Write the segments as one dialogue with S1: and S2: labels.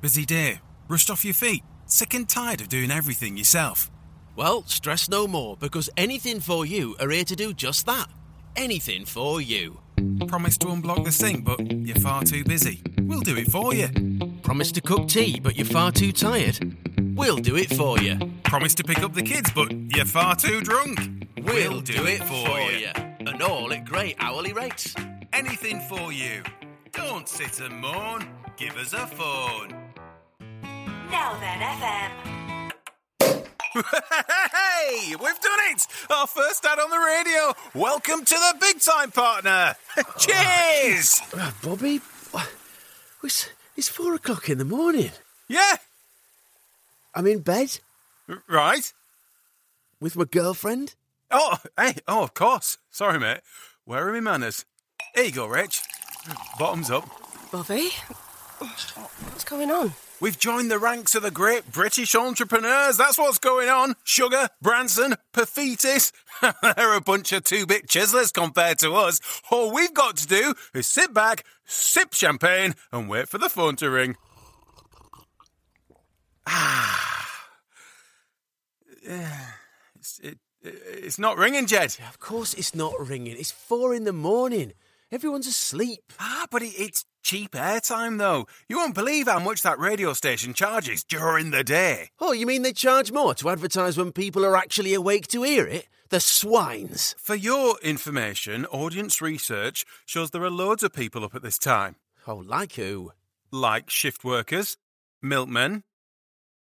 S1: Busy day, rushed off your feet, sick and tired of doing everything yourself.
S2: Well, stress no more because anything for you are here to do just that. Anything for you.
S1: Promised to unblock the sink, but you're far too busy. We'll do it for you.
S2: Promise to cook tea, but you're far too tired. We'll do it for you.
S1: Promised to pick up the kids, but you're far too drunk.
S2: We'll do it for you. And all at great hourly rates.
S1: Anything for you. Don't sit and mourn. Give us a phone.
S3: Now then FM.
S1: Hey, we've done it! Our first ad on the radio. Welcome to the big time, partner. Cheers!
S2: Bobby, it's, it's four o'clock in the morning.
S1: Yeah,
S2: I'm in bed
S1: right.
S2: with my girlfriend.
S1: Oh, hey, oh, of course. Sorry, mate. Where are my manners? Here you go, Rich. Bottoms up.
S4: Bobby? What's going on?
S1: We've joined the ranks of the great British entrepreneurs. That's what's going on. Sugar, Branson, Perfetis. They're a bunch of two bit chiselers compared to us. All we've got to do is sit back, sip champagne, and wait for the phone to ring. Ah. Yeah. It's, it, it- it's not ringing, Jed.
S2: Of course, it's not ringing. It's four in the morning. Everyone's asleep.
S1: Ah, but it, it's cheap airtime, though. You won't believe how much that radio station charges during the day.
S2: Oh, you mean they charge more to advertise when people are actually awake to hear it? The swines.
S1: For your information, audience research shows there are loads of people up at this time,
S2: Oh, like who?
S1: like shift workers, milkmen,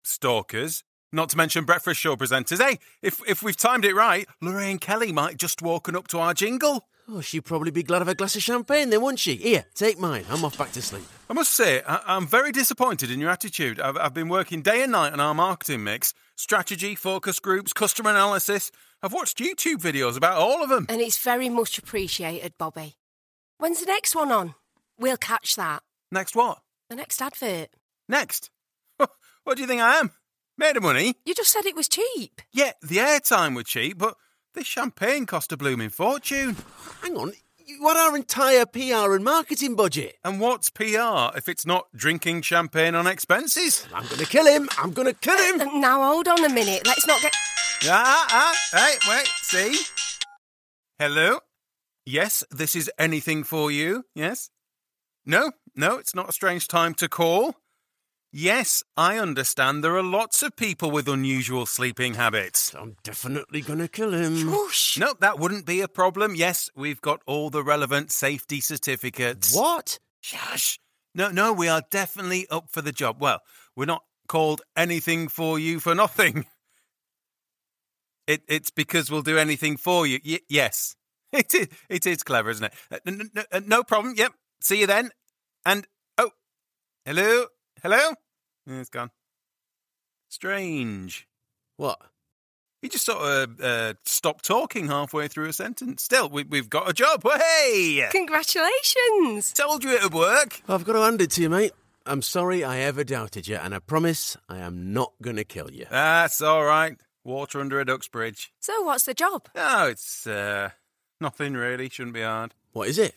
S1: stalkers, not to mention breakfast show presenters. Hey, if, if we've timed it right, Lorraine Kelly might just walking up to our jingle.
S2: Oh, she'd probably be glad of a glass of champagne then, wouldn't she? Here, take mine. I'm off back to sleep.
S1: I must say, I, I'm very disappointed in your attitude. I've, I've been working day and night on our marketing mix strategy, focus groups, customer analysis. I've watched YouTube videos about all of them.
S4: And it's very much appreciated, Bobby. When's the next one on? We'll catch that.
S1: Next, what?
S4: The next advert.
S1: Next. What do you think I am? Made of money.
S4: You just said it was cheap.
S1: Yeah, the airtime were cheap, but this champagne cost a blooming fortune.
S2: Hang on. You had our entire PR and marketing budget.
S1: And what's PR if it's not drinking champagne on expenses?
S2: I'm going to kill him. I'm going to kill him.
S4: Uh, Now hold on a minute. Let's not get.
S1: Ah, ah, hey, wait, see? Hello? Yes, this is anything for you, yes? No, no, it's not a strange time to call. Yes, I understand there are lots of people with unusual sleeping habits.
S2: I'm definitely going to kill him.
S4: Whoosh.
S1: No, that wouldn't be a problem. Yes, we've got all the relevant safety certificates.
S2: What?
S1: Shush. No, no, we are definitely up for the job. Well, we're not called anything for you for nothing. It, it's because we'll do anything for you. Y- yes. It is, it is clever, isn't it? Uh, n- n- n- no problem. Yep. See you then. And, oh, hello? Hello? Yeah, it's gone. Strange.
S2: What?
S1: He just sort of uh, stopped talking halfway through a sentence. Still, we, we've got a job. Hey!
S4: Congratulations.
S1: Told you it'd work.
S2: I've got to hand it to you, mate. I'm sorry I ever doubted you, and I promise I am not going to kill you.
S1: That's all right. Water under a duck's bridge.
S4: So, what's the job?
S1: No, it's uh, nothing really. Shouldn't be hard.
S2: What is it?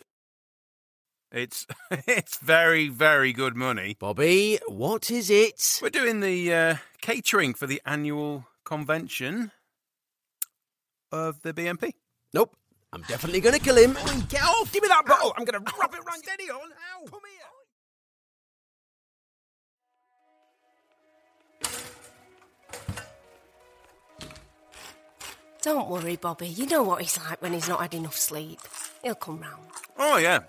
S1: It's it's very very good money.
S2: Bobby, what is it?
S1: We're doing the uh, catering for the annual convention of the BNP.
S2: Nope. I'm definitely going to kill him.
S5: Get off! Give me that bottle! I'm going to wrap it round. Steady on! Ow! Come here!
S4: Don't worry, Bobby. You know what he's like when he's not had enough sleep. He'll come round.
S1: Oh yeah,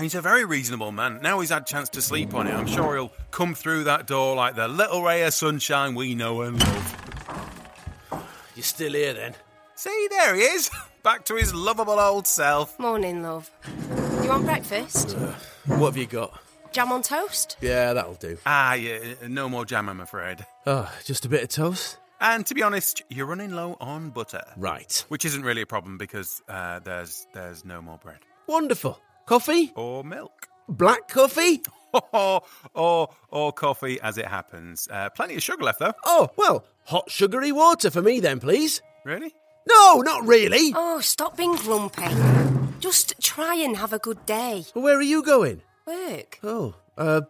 S1: he's a very reasonable man. Now he's had chance to sleep on it. I'm sure he'll come through that door like the little ray of sunshine we know and love.
S2: You're still here then.
S1: See, there he is, back to his lovable old self.
S4: Morning, love. You want breakfast?
S2: What have you got?
S4: Jam on toast?
S2: Yeah, that'll do.
S1: Ah, yeah, no more jam, I'm afraid.
S2: Oh, just a bit of toast?
S1: And to be honest, you're running low on butter.
S2: Right.
S1: Which isn't really a problem because uh, there's there's no more bread
S2: Wonderful. Coffee?
S1: or milk
S2: Black coffee?
S1: or or, or coffee as it happens. Uh, plenty of sugar left though.
S2: Oh, well, hot sugary water for me then, please.
S1: Really?
S2: No, not really.
S4: Oh, stop being grumpy. Just try and have a good day.
S2: Where are you going?
S4: Work.
S2: Oh, uh,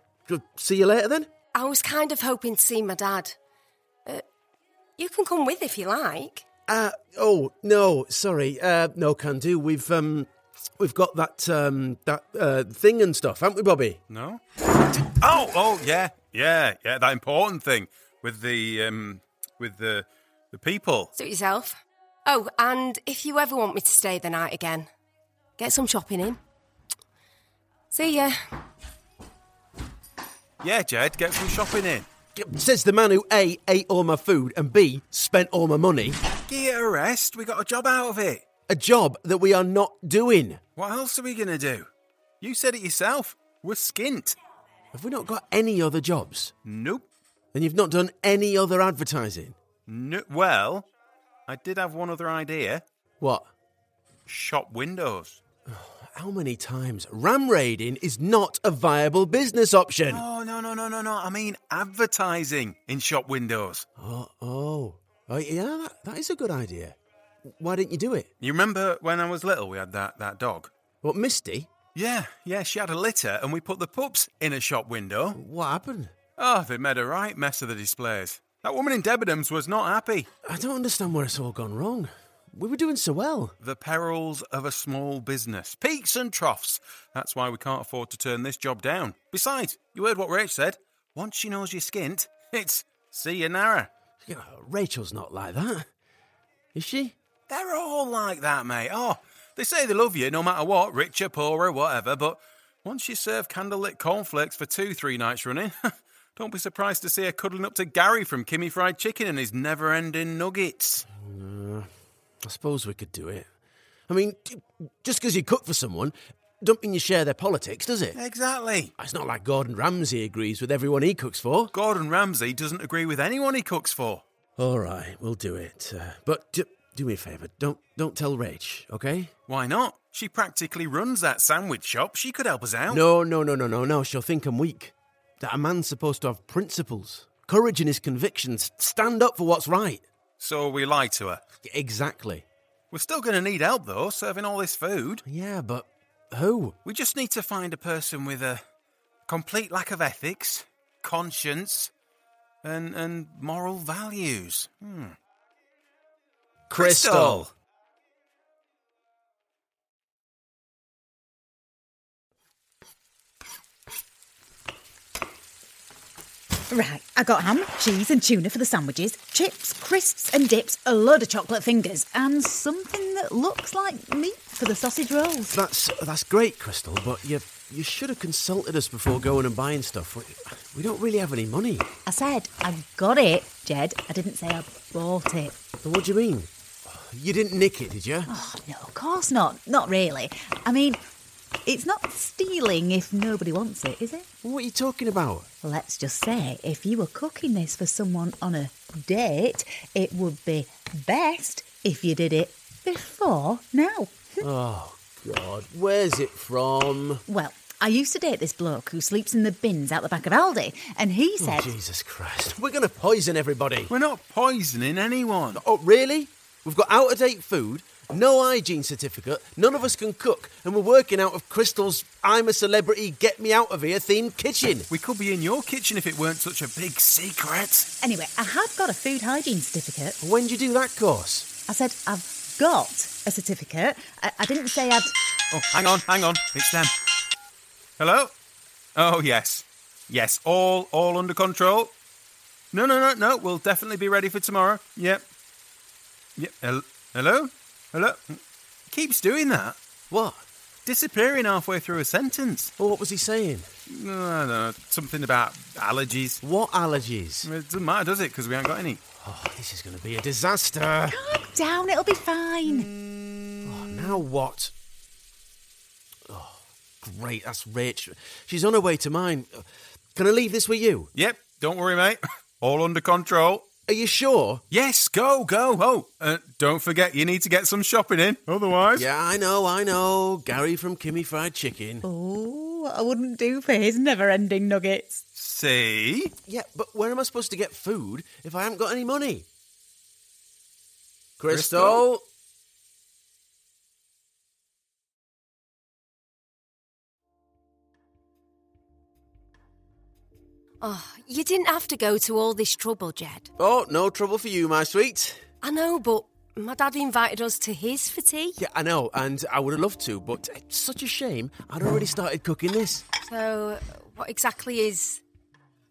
S2: see you later then?
S4: I was kind of hoping to see my dad. Uh, you can come with if you like.
S2: Uh, oh no, sorry. Uh, no, can do. We've um, we've got that um, that uh, thing and stuff, haven't we, Bobby?
S1: No. Oh, oh yeah, yeah, yeah. That important thing with the um, with the the people.
S4: Suit yourself. Oh, and if you ever want me to stay the night again, get some shopping in. See ya.
S1: Yeah, Jed, get some shopping in.
S2: Says the man who a ate all my food and b spent all my money.
S1: Give it a rest. We got a job out of it.
S2: A job that we are not doing.
S1: What else are we gonna do? You said it yourself. We're skint.
S2: Have we not got any other jobs?
S1: Nope.
S2: And you've not done any other advertising?
S1: No, well, I did have one other idea.
S2: What?
S1: Shop windows.
S2: How many times? Ram raiding is not a viable business option.
S1: No, Oh, no, no, no, no, no. I mean advertising in shop windows.
S2: Oh, oh. Oh, yeah, that, that is a good idea. Why didn't you do it?
S1: You remember when I was little, we had that, that dog?
S2: What, Misty?
S1: Yeah, yeah, she had a litter and we put the pups in a shop window.
S2: What happened?
S1: Oh, they made a right mess of the displays. That woman in Debenhams was not happy.
S2: I don't understand where it's all gone wrong. We were doing so well.
S1: The perils of a small business. Peaks and troughs. That's why we can't afford to turn this job down. Besides, you heard what Rach said. Once she knows you're skint, it's see you narrow.
S2: Yeah, Rachel's not like that. Is she?
S1: They're all like that, mate. Oh, they say they love you no matter what, richer, poorer, whatever, but once you serve candlelit cornflakes for two, three nights running, don't be surprised to see her cuddling up to Gary from Kimmy Fried Chicken and his never ending nuggets.
S2: Uh, I suppose we could do it. I mean, just because you cook for someone, don't mean you share their politics, does it?
S1: Exactly.
S2: It's not like Gordon Ramsay agrees with everyone he cooks for.
S1: Gordon Ramsay doesn't agree with anyone he cooks for.
S2: All right, we'll do it. Uh, but do, do me a favour, don't don't tell Rach, okay?
S1: Why not? She practically runs that sandwich shop. She could help us out.
S2: No, no, no, no, no, no. She'll think I'm weak. That a man's supposed to have principles, courage in his convictions, stand up for what's right.
S1: So we lie to her.
S2: Exactly.
S1: We're still going to need help though, serving all this food.
S2: Yeah, but who?
S1: We just need to find a person with a complete lack of ethics, conscience, and and moral values. Hmm.
S2: Crystal. Crystal.
S6: Right, I got ham, cheese, and tuna for the sandwiches, chips, crisps, and dips, a load of chocolate fingers, and something that looks like meat for the sausage rolls.
S2: That's that's great, Crystal. But you you should have consulted us before going and buying stuff. We, we don't really have any money.
S6: I said I got it, Jed. I didn't say I bought it.
S2: But what do you mean? You didn't nick it, did you?
S6: Oh no, of course not. Not really. I mean, it's not stealing if nobody wants it, is it?
S2: What are you talking about?
S6: Let's just say if you were cooking this for someone on a date, it would be best if you did it before now.
S2: oh, God. Where's it from?
S6: Well, I used to date this bloke who sleeps in the bins out the back of Aldi, and he said.
S2: Oh, Jesus Christ. We're going to poison everybody.
S1: We're not poisoning anyone.
S2: Oh, really? We've got out of date food, no hygiene certificate, none of us can cook, and we're working out of Crystal's I'm a Celebrity, Get Me Out of Here themed kitchen.
S1: We could be in your kitchen if it weren't such a big secret.
S6: Anyway, I have got a food hygiene certificate.
S2: When did you do that course?
S6: I said, I've got a certificate. I, I didn't say I'd.
S1: Oh, hang on, hang on. It's them. Hello? Oh, yes. Yes, all, all under control. No, no, no, no. We'll definitely be ready for tomorrow. Yep. Yep. Hel- Hello? Hello? Keeps doing that.
S2: What?
S1: Disappearing halfway through a sentence.
S2: Well, what was he saying?
S1: No, no, no, Uh, something about allergies.
S2: What allergies?
S1: It doesn't matter, does it? Because we haven't got any.
S2: Oh, this is going to be a disaster. Calm
S6: down, it'll be fine.
S2: Oh, now what? Oh, great, that's Rich. She's on her way to mine. Can I leave this with you?
S1: Yep, don't worry, mate. All under control.
S2: Are you sure?
S1: Yes, go, go. Oh, uh, don't forget, you need to get some shopping in, otherwise.
S2: Yeah, I know, I know. Gary from Kimmy Fried Chicken.
S6: Oh, I wouldn't do for his never ending nuggets.
S1: See?
S2: Yeah, but where am I supposed to get food if I haven't got any money? Crystal?
S4: Oh, you didn't have to go to all this trouble, Jed.
S2: Oh, no trouble for you, my sweet.
S4: I know, but my dad invited us to his for tea.
S2: Yeah, I know, and I would have loved to, but it's such a shame. I'd already started cooking this.
S4: So, uh, what exactly is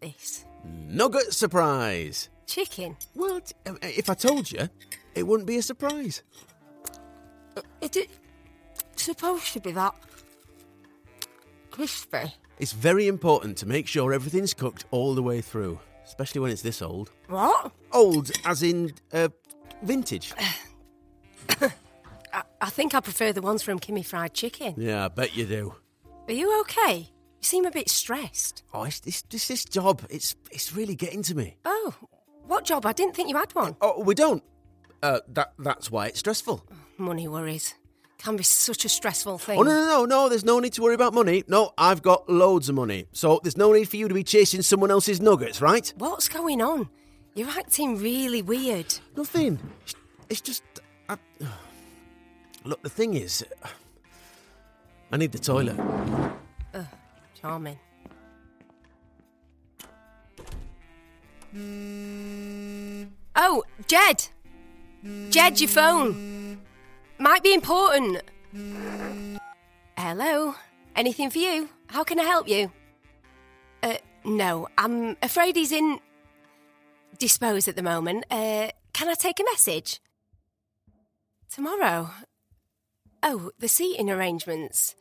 S4: this?
S2: Nugget surprise.
S4: Chicken?
S2: Well, t- um, if I told you, it wouldn't be a surprise.
S4: Is it supposed to be that crispy?
S2: It's very important to make sure everything's cooked all the way through, especially when it's this old.
S4: What?
S2: Old, as in uh, vintage.
S4: I, I think I prefer the ones from Kimmy Fried Chicken.
S2: Yeah, I bet you do.
S4: Are you okay? You seem a bit stressed.
S2: Oh, it's, it's, it's this job. It's it's really getting to me.
S4: Oh, what job? I didn't think you had one.
S2: Oh, we don't. Uh, that that's why it's stressful.
S4: Money worries. Can be such a stressful thing.
S2: Oh no no no no! There's no need to worry about money. No, I've got loads of money, so there's no need for you to be chasing someone else's nuggets, right?
S4: What's going on? You're acting really weird.
S2: Nothing. It's- It's just. I... Look, the thing is, I need the toilet.
S4: Charming. Oh, Jed! Jed, your phone! Might be important. Hello? Anything for you? How can I help you? Uh, no, I'm afraid he's in dispose at the moment. Uh, can I take a message? Tomorrow? Oh, the seating arrangements.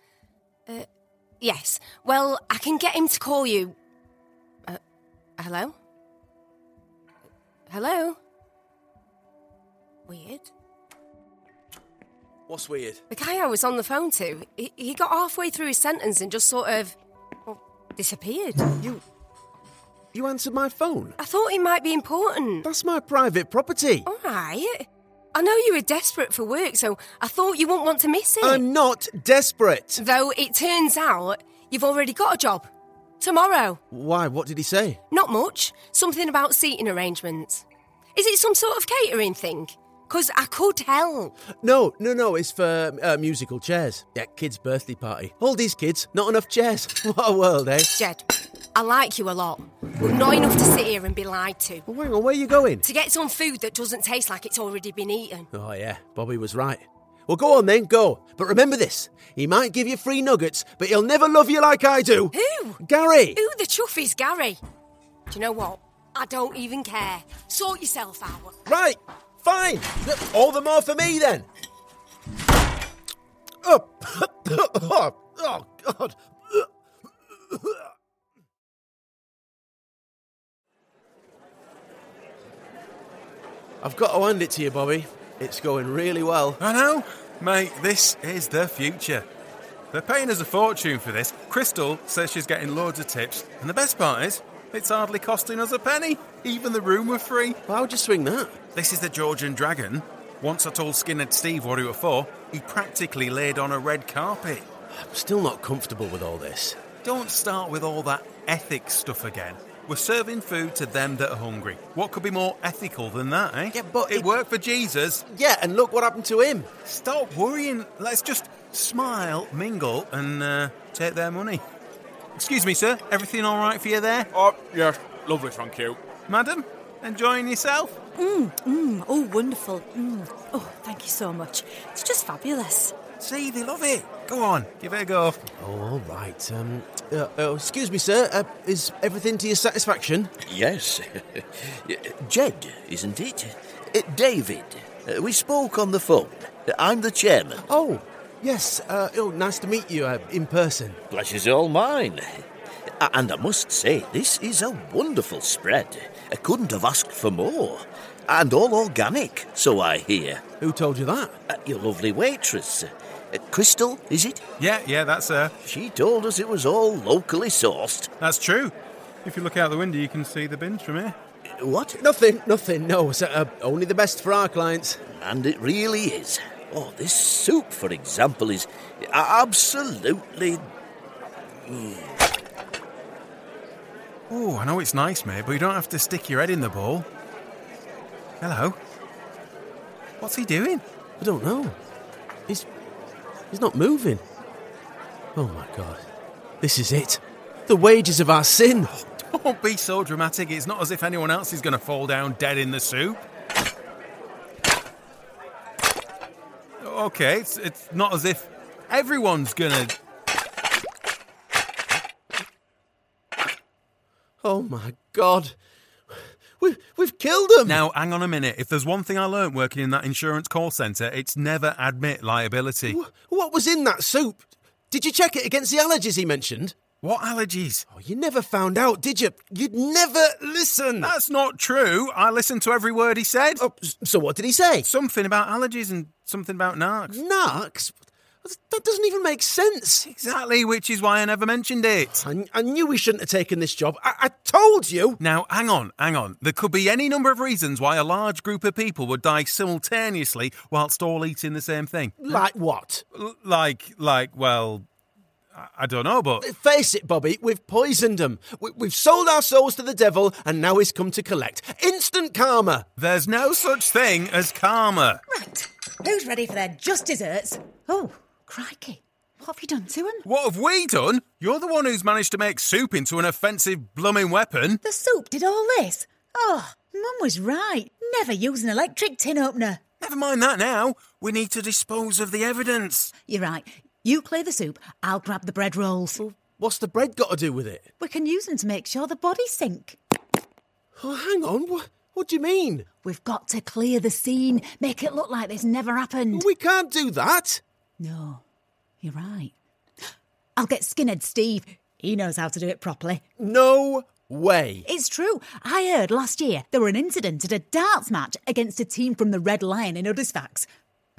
S4: Yes. Well, I can get him to call you. Uh, hello? Hello? Weird.
S2: What's weird?
S4: The guy I was on the phone to, he, he got halfway through his sentence and just sort of well, disappeared.
S2: You. You answered my phone.
S4: I thought it might be important.
S2: That's my private property.
S4: All right. I know you were desperate for work, so I thought you wouldn't want to miss it.
S2: I'm not desperate.
S4: Though it turns out you've already got a job. Tomorrow.
S2: Why? What did he say?
S4: Not much. Something about seating arrangements. Is it some sort of catering thing? Because I could help.
S2: No, no, no. It's for uh, musical chairs. Yeah, kids' birthday party. All these kids, not enough chairs. What a world, eh?
S4: Jed, I like you a lot, but not enough to sit here and be lied to.
S2: Well, hang on, where are you going?
S4: To get some food that doesn't taste like it's already been eaten.
S2: Oh, yeah, Bobby was right. Well, go on then, go. But remember this he might give you free nuggets, but he'll never love you like I do.
S4: Who?
S2: Gary!
S4: Who the chuff is Gary? Do you know what? I don't even care. Sort yourself out.
S2: Right, fine. All the more for me then. Oh, oh God. I've got to hand it to you, Bobby. It's going really well.
S1: I know, mate. This is the future. They're paying us a fortune for this. Crystal says she's getting loads of tips, and the best part is, it's hardly costing us a penny. Even the room were free.
S2: Why would you swing that?
S1: This is the Georgian Dragon. Once I told Skinhead Steve what he were for, he practically laid on a red carpet.
S2: I'm still not comfortable with all this.
S1: Don't start with all that ethics stuff again. We're serving food to them that are hungry. What could be more ethical than that, eh?
S2: Yeah, but
S1: it
S2: it-
S1: worked for Jesus.
S2: Yeah, and look what happened to him.
S1: Stop worrying. Let's just smile, mingle, and uh, take their money. Excuse me, sir. Everything all right for you there?
S5: Oh, yes. Lovely, thank you.
S1: Madam, enjoying yourself?
S7: Oh, wonderful. Mm. Oh, thank you so much. It's just fabulous.
S1: See, they love it. Go on, give it a go.
S2: Oh, all right. Um, uh, uh, excuse me, sir. Uh, is everything to your satisfaction?
S8: Yes. Jed, isn't it? Uh, David. Uh, we spoke on the phone. Uh, I'm the chairman.
S2: Oh, yes. Uh, oh, nice to meet you uh, in person.
S8: Pleasure's all mine. A- And I must say, this is a wonderful spread. I couldn't have asked for more. And all organic, so I hear.
S2: Who told you that?
S8: Uh, your lovely waitress. Uh, Crystal, is it?
S1: Yeah, yeah, that's her.
S8: She told us it was all locally sourced.
S1: That's true. If you look out the window, you can see the bins from here.
S8: Uh, What?
S2: Nothing, nothing. No, sir. Uh, only the best for our clients.
S8: And it really is. Oh, this soup, for example, is absolutely
S1: Oh, I know it's nice, mate, but you don't have to stick your head in the bowl. Hello. What's he doing?
S2: I don't know. He's he's not moving. Oh my god, this is it. The wages of our sin.
S8: Oh,
S1: Don't be so dramatic. It's not as if anyone else is going to fall down dead in the soup. Okay, it's, it's not as if everyone's going to.
S2: Oh my god. We, we've killed them.
S1: Now, hang on a minute. If there's one thing I learnt working in that insurance call centre, it's never admit liability.
S2: Wh- What was in that soup? Did you check it against the allergies he mentioned?
S1: What allergies?
S2: Oh, you never found out, did you? You'd never listen.
S1: That's not true. I listened to every word he said.
S2: Oh, s- so what did he say?
S1: Something about allergies and something about narcs.
S2: Narcs? That doesn't even make sense.
S1: Exactly, which is why I never mentioned it.
S2: I, I knew we shouldn't have taken this job. I, I told you.
S1: Now, hang on, hang on. There could be any number of reasons why a large group of people would die simultaneously whilst all eating the same thing.
S2: Like what?
S1: L- like, like, well, I, I don't know, but
S2: Face it, Bobby, we've poisoned him. We, we've sold our souls to the devil, and now he's come to collect. Instant karma.
S1: there's no such thing as karma.
S6: Right. Who's ready for their just desserts? Oh, crikey. What have you done to him?
S1: What have we done? You're the one who's managed to make soup into an offensive blooming weapon.
S6: The soup did all this. Oh, Mum was right. Never use an electric tin opener.
S1: Never mind that now. We need to dispose of the evidence.
S6: You're right. You clear the soup, I'll grab the bread rolls.
S2: What's the bread got to do with it?
S6: We can use them to make sure the bodies sink.
S2: Oh, hang on. What, what do you mean?
S6: We've got to clear the scene, make it look like this never happened.
S2: We can't do that.
S6: No, you're right. I'll get skinhead Steve. He knows how to do it properly.
S2: No way.
S6: It's true. I heard last year there were an incident at a darts match against a team from the Red Lion in Uddersfax.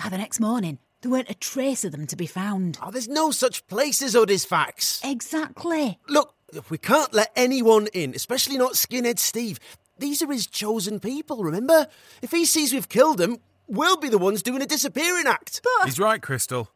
S6: By the next morning, there weren't a trace of them to be found.
S2: Oh, there's no such place as Odysfax.
S6: Exactly.
S2: Look, we can't let anyone in, especially not Skinhead Steve. These are his chosen people, remember? If he sees we've killed them, we'll be the ones doing a disappearing act.
S1: He's right, Crystal.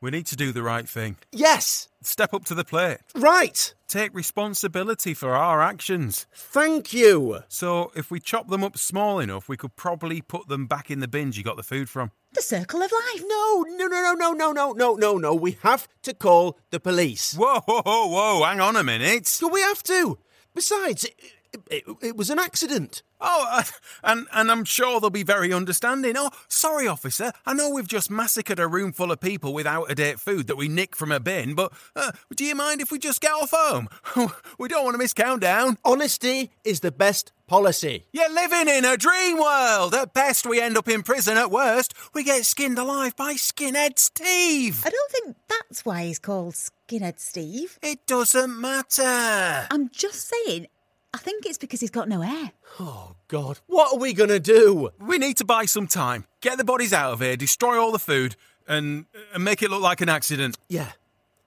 S1: We need to do the right thing.
S2: Yes,
S1: Step up to the plate.
S2: right.
S1: Take responsibility for our actions.
S2: Thank you.
S1: So, if we chop them up small enough, we could probably put them back in the bin you got the food from.
S6: The circle of life.
S2: No, no, no, no, no, no, no, no, no, no. We have to call the police.
S1: Whoa, whoa, whoa, whoa, hang on a minute.
S2: Do we have to? Besides, it, it, it, it was an accident.
S1: Oh, uh, and, and I'm sure they'll be very understanding. Oh, sorry, officer. I know we've just massacred a room full of people with out of date food that we nicked from a bin, but uh, do you mind if we just get off home? we don't want to miss countdown.
S2: Honesty is the best policy.
S1: You're living in a dream world. At best, we end up in prison. At worst, we get skinned alive by skinhead Steve.
S6: I don't think that's why he's called Skinhead Steve.
S1: It doesn't matter.
S6: I'm just saying, I think it's because he's got no hair.
S2: Oh, God, what are we going to do?
S1: We need to buy some time. Get the bodies out of here, destroy all the food, and, and make it look like an accident.
S2: Yeah.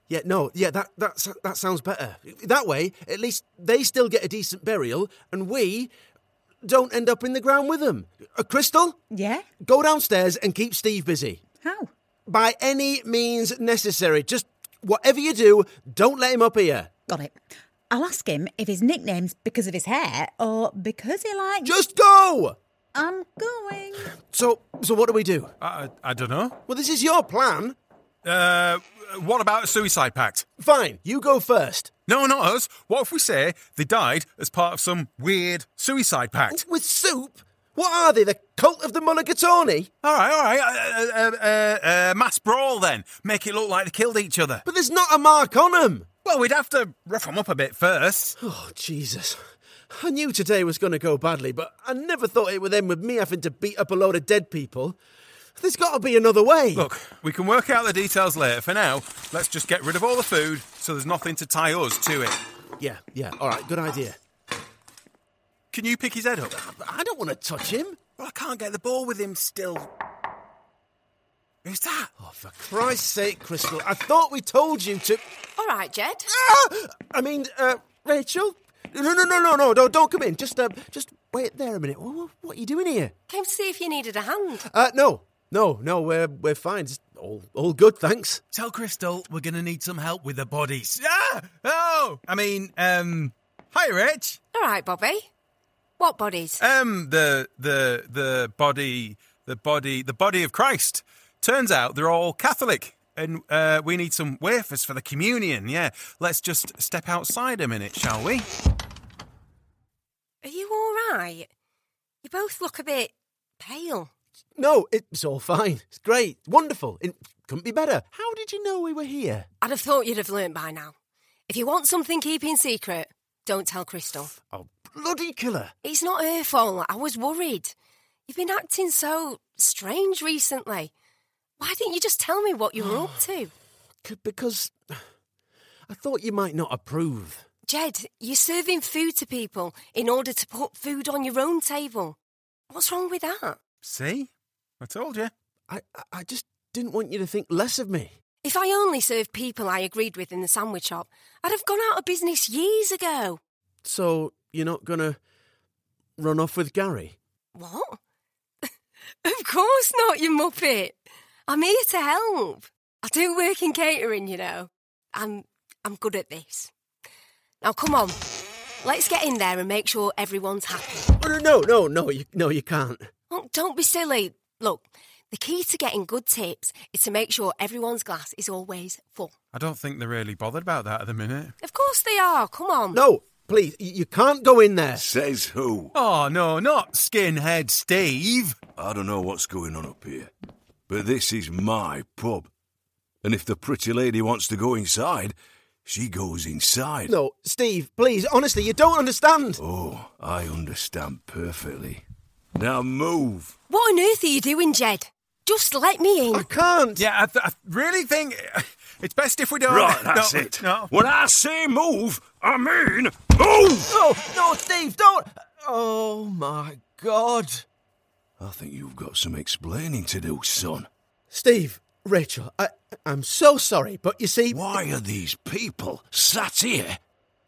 S2: Yeah, no, yeah, that, that, s- that sounds better. That way, at least they still get a decent burial and we don't end up in the ground with them. Uh, Crystal,
S6: Yeah?
S2: go downstairs and keep Steve busy.
S6: How?
S2: By any means necessary. Just whatever you do, don't let him up here.
S6: Got it. I'll ask him if his nickname's because of his hair or because he likes.
S2: Just go!
S6: I'm going.
S2: So, so what do we do?
S1: I, I don't know.
S2: Well, this is your plan.
S1: Uh, what about a suicide pact?
S2: Fine, you go first.
S1: No, not us. What if we say they died as part of some weird suicide pact?
S2: With soup? What are they, the cult of the Mulligatawny?
S1: All right, all right. Uh, uh, uh, uh, mass brawl then. Make it look like they killed each other.
S2: But there's not a mark on them.
S1: Well, we'd have to rough them up a bit first.
S2: Oh, Jesus. I knew today was going to go badly, but I never thought it would end with me having to beat up a load of dead people. There's got to be another way.
S1: Look, we can work out the details later. For now, let's just get rid of all the food so there's nothing to tie us to it.
S2: Yeah, yeah, all right, good idea.
S1: Can you pick his head up?
S2: But I don't want to touch him.
S1: Well, I can't get the ball with him still. Who's that?
S2: Oh, for Christ's sake, Crystal, I thought we told you to.
S4: All right, Jed.
S2: Ah! I mean, uh, Rachel? No, no, no, no, no, no, don't come in. Just, uh, just wait there a minute. Wha- wha- What are you doing here?
S4: Came to see if you needed a hand.
S2: Uh, no, no, no, we're, we're fine. It's all, all good, thanks.
S1: Tell Crystal we're going to need some help with the bodies. Ah! Oh! I mean, um. Hi, Rich.
S4: All right, Bobby. What bodies?
S1: Um, the, the, the body, the body, the body of Christ. Turns out they're all Catholic. And uh, we need some wafers for the communion, yeah. Let's just step outside a minute, shall we?
S4: Are you all right? You both look a bit pale.
S2: No, it's all fine. It's great. Wonderful. It couldn't be better. How did you know we were here?
S4: I'd have thought you'd have learnt by now. If you want something keeping secret, don't tell Crystal.
S2: Oh, bloody killer.
S4: It's not her fault. I was worried. You've been acting so strange recently. Why didn't you just tell me what you were up to?
S2: C- Because I thought you might not approve.
S4: Jed, you're serving food to people in order to put food on your own table. What's wrong with that?
S1: See? I told you.
S2: I, I- I just didn't want you to think less of me.
S4: If I only served people I agreed with in the sandwich shop, I'd have gone out of business years ago.
S2: So you're not going to run off with Gary?
S4: What? of course not, you muppet. I'm here to help. I do work in catering, you know. I'm I'm good at this. Now come on. Let's get in there and make sure everyone's happy.
S2: Oh, No, no, no, you, no, you can't.
S4: Oh, don't be silly. Look, the key to getting good tips is to make sure everyone's glass is always full.
S1: I don't think they're really bothered about that at the minute.
S4: Of course they are. Come on.
S2: No, please, you, you can't go in there.
S9: Says who?
S1: Oh, no, not skinhead Steve.
S9: I don't know what's going on up here, but this is my pub. And if the pretty lady wants to go inside, she goes inside.
S2: No, Steve, please, honestly, you don't understand.
S9: Oh, I understand perfectly. Now move.
S4: What on earth are you doing, Jed? Just let me in.
S2: I can't.
S1: Yeah, I, th- I really think it's best if we don't.
S9: Right, that's
S1: no,
S9: it.
S1: No.
S9: When I say move, I mean move!
S2: No, no, Steve, don't. Oh, my God.
S9: I think you've got some explaining to do, son.
S2: Steve, Rachel, I, I'm so sorry, but you see.
S9: Why are these people sat here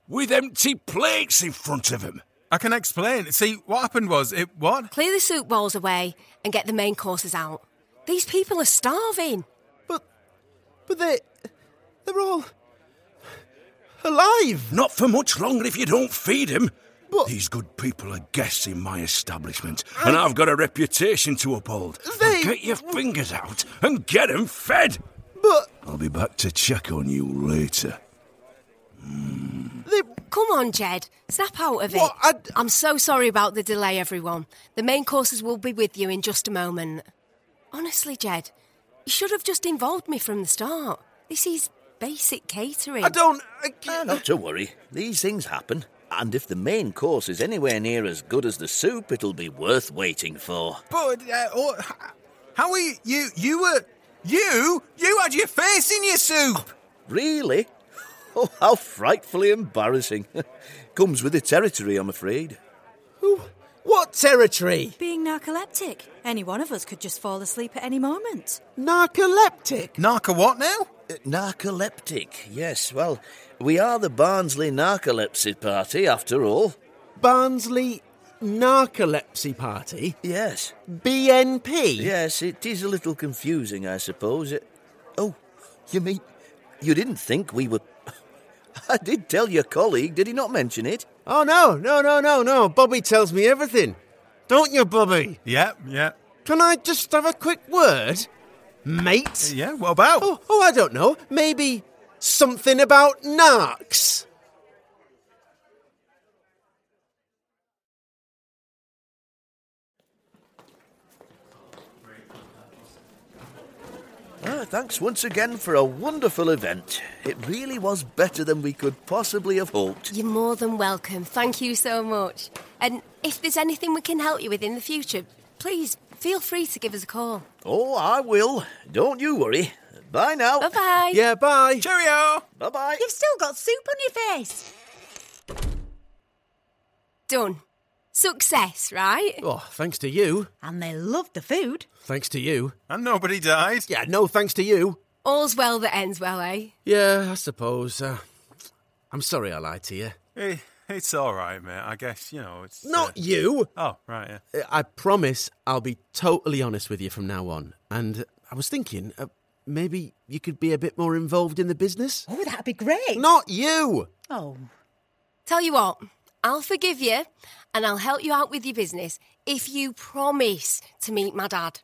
S9: with empty plates in front of them?
S1: I can explain. See, what happened was it. What?
S4: Clear the soup bowls away and get the main courses out. These people are starving.
S2: But, but they, they're all alive.
S9: Not for much longer if you don't feed him.
S2: But-
S9: These good people are guests in my establishment, and I've got a reputation to uphold.
S2: They-
S9: Now Get your fingers out and get 'em fed.
S2: But
S9: I'll be back to check on you later.
S2: they,
S4: Come on, Jed. Snap out of
S2: What?
S4: it.
S2: I-
S4: i am so sorry about the delay, everyone. The main courses will be with you in just a moment. Honestly, Jed, you should have just involved me from the start. This is basic catering.
S2: I don't. I,
S8: Ah,
S2: can't-
S8: not to worry. These things happen. And if the main course is anywhere near as good as the soup, it'll be worth waiting for.
S1: But, uh, oh, h- how are you, you? You were. You? You had your face in your soup!
S8: Really? Oh, how frightfully embarrassing. Comes with the territory, I'm afraid.
S2: who, what territory?
S7: Being narcoleptic, any one of us could just fall asleep at any moment.
S2: Narcoleptic.
S1: Narco what now?
S8: Uh, Narcoleptic, yes. Well, we are the Barnsley Narcolepsy Party, after all.
S2: Barnsley Narcolepsy Party.
S8: Yes.
S2: BNP.
S8: Yes, it is a little confusing, I suppose. It- Oh, you mean you didn't think we were. I did tell your colleague, did he not mention it?
S2: Oh no, no, no, no, no. Bobby tells me everything. Don't you, Bobby?
S1: Yep, yeah.
S2: Can I just have a quick word, mate?
S1: Yeah, what about?
S2: Oh, oh, I don't know. Maybe something about narcs.
S8: Ah, thanks once again for a wonderful event. It really was better than we could possibly have hoped.
S4: You're more than welcome. Thank you so much. And if there's anything we can help you with in the future, please feel free to give us a call.
S8: Oh, I will. Don't you worry. Bye now.
S4: Bye bye.
S2: Yeah, bye.
S1: Cheerio!
S8: Bye bye.
S6: You've still got soup on your face.
S4: Done. Success, right?
S2: Oh, thanks to you.
S6: And they love the food.
S2: Thanks to you.
S1: And nobody died.
S2: Yeah, no, thanks to you.
S4: All's well that ends well, eh?
S2: Yeah, I suppose. Uh, I'm sorry I lied to you.
S1: Eh, it's all right, mate. I guess, you know, it's. uh,
S2: Not you. Uh,
S1: Oh, right, yeah.
S2: I promise I'll be totally honest with you from now on. And I was thinking uh, maybe you could be a bit more involved in the business.
S6: Oh, that'd be great.
S2: Not you.
S6: Oh,
S4: Tell you what, I'll forgive you and I'll help you out with your business if you promise to meet my dad.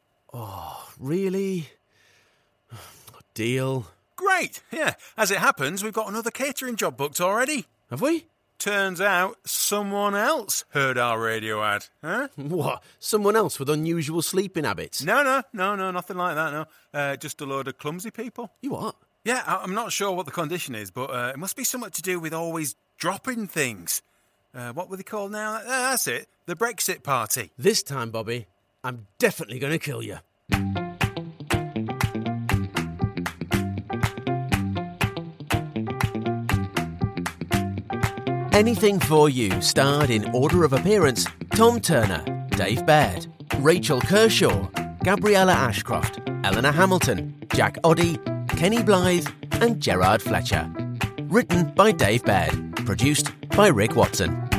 S2: Really? Deal.
S1: Great, yeah. As it happens, we've got another catering job booked already.
S2: Have we?
S1: Turns out someone else heard our radio ad. Huh?
S2: What? Someone else with unusual sleeping habits?
S1: No, no, no, no, nothing like that, no. Uh, just a load of clumsy people.
S2: You what?
S1: Yeah, I- I'm not sure what the condition is, but uh, it must be something to do with always dropping things. Uh, what were they called now? Uh, that's it, the Brexit Party.
S2: This time, Bobby, I'm definitely going to kill you. Anything for You starred in order of appearance Tom Turner, Dave Baird, Rachel Kershaw, Gabriella Ashcroft, Eleanor Hamilton, Jack Oddy, Kenny Blythe, and Gerard Fletcher. Written by Dave Baird, produced by Rick Watson.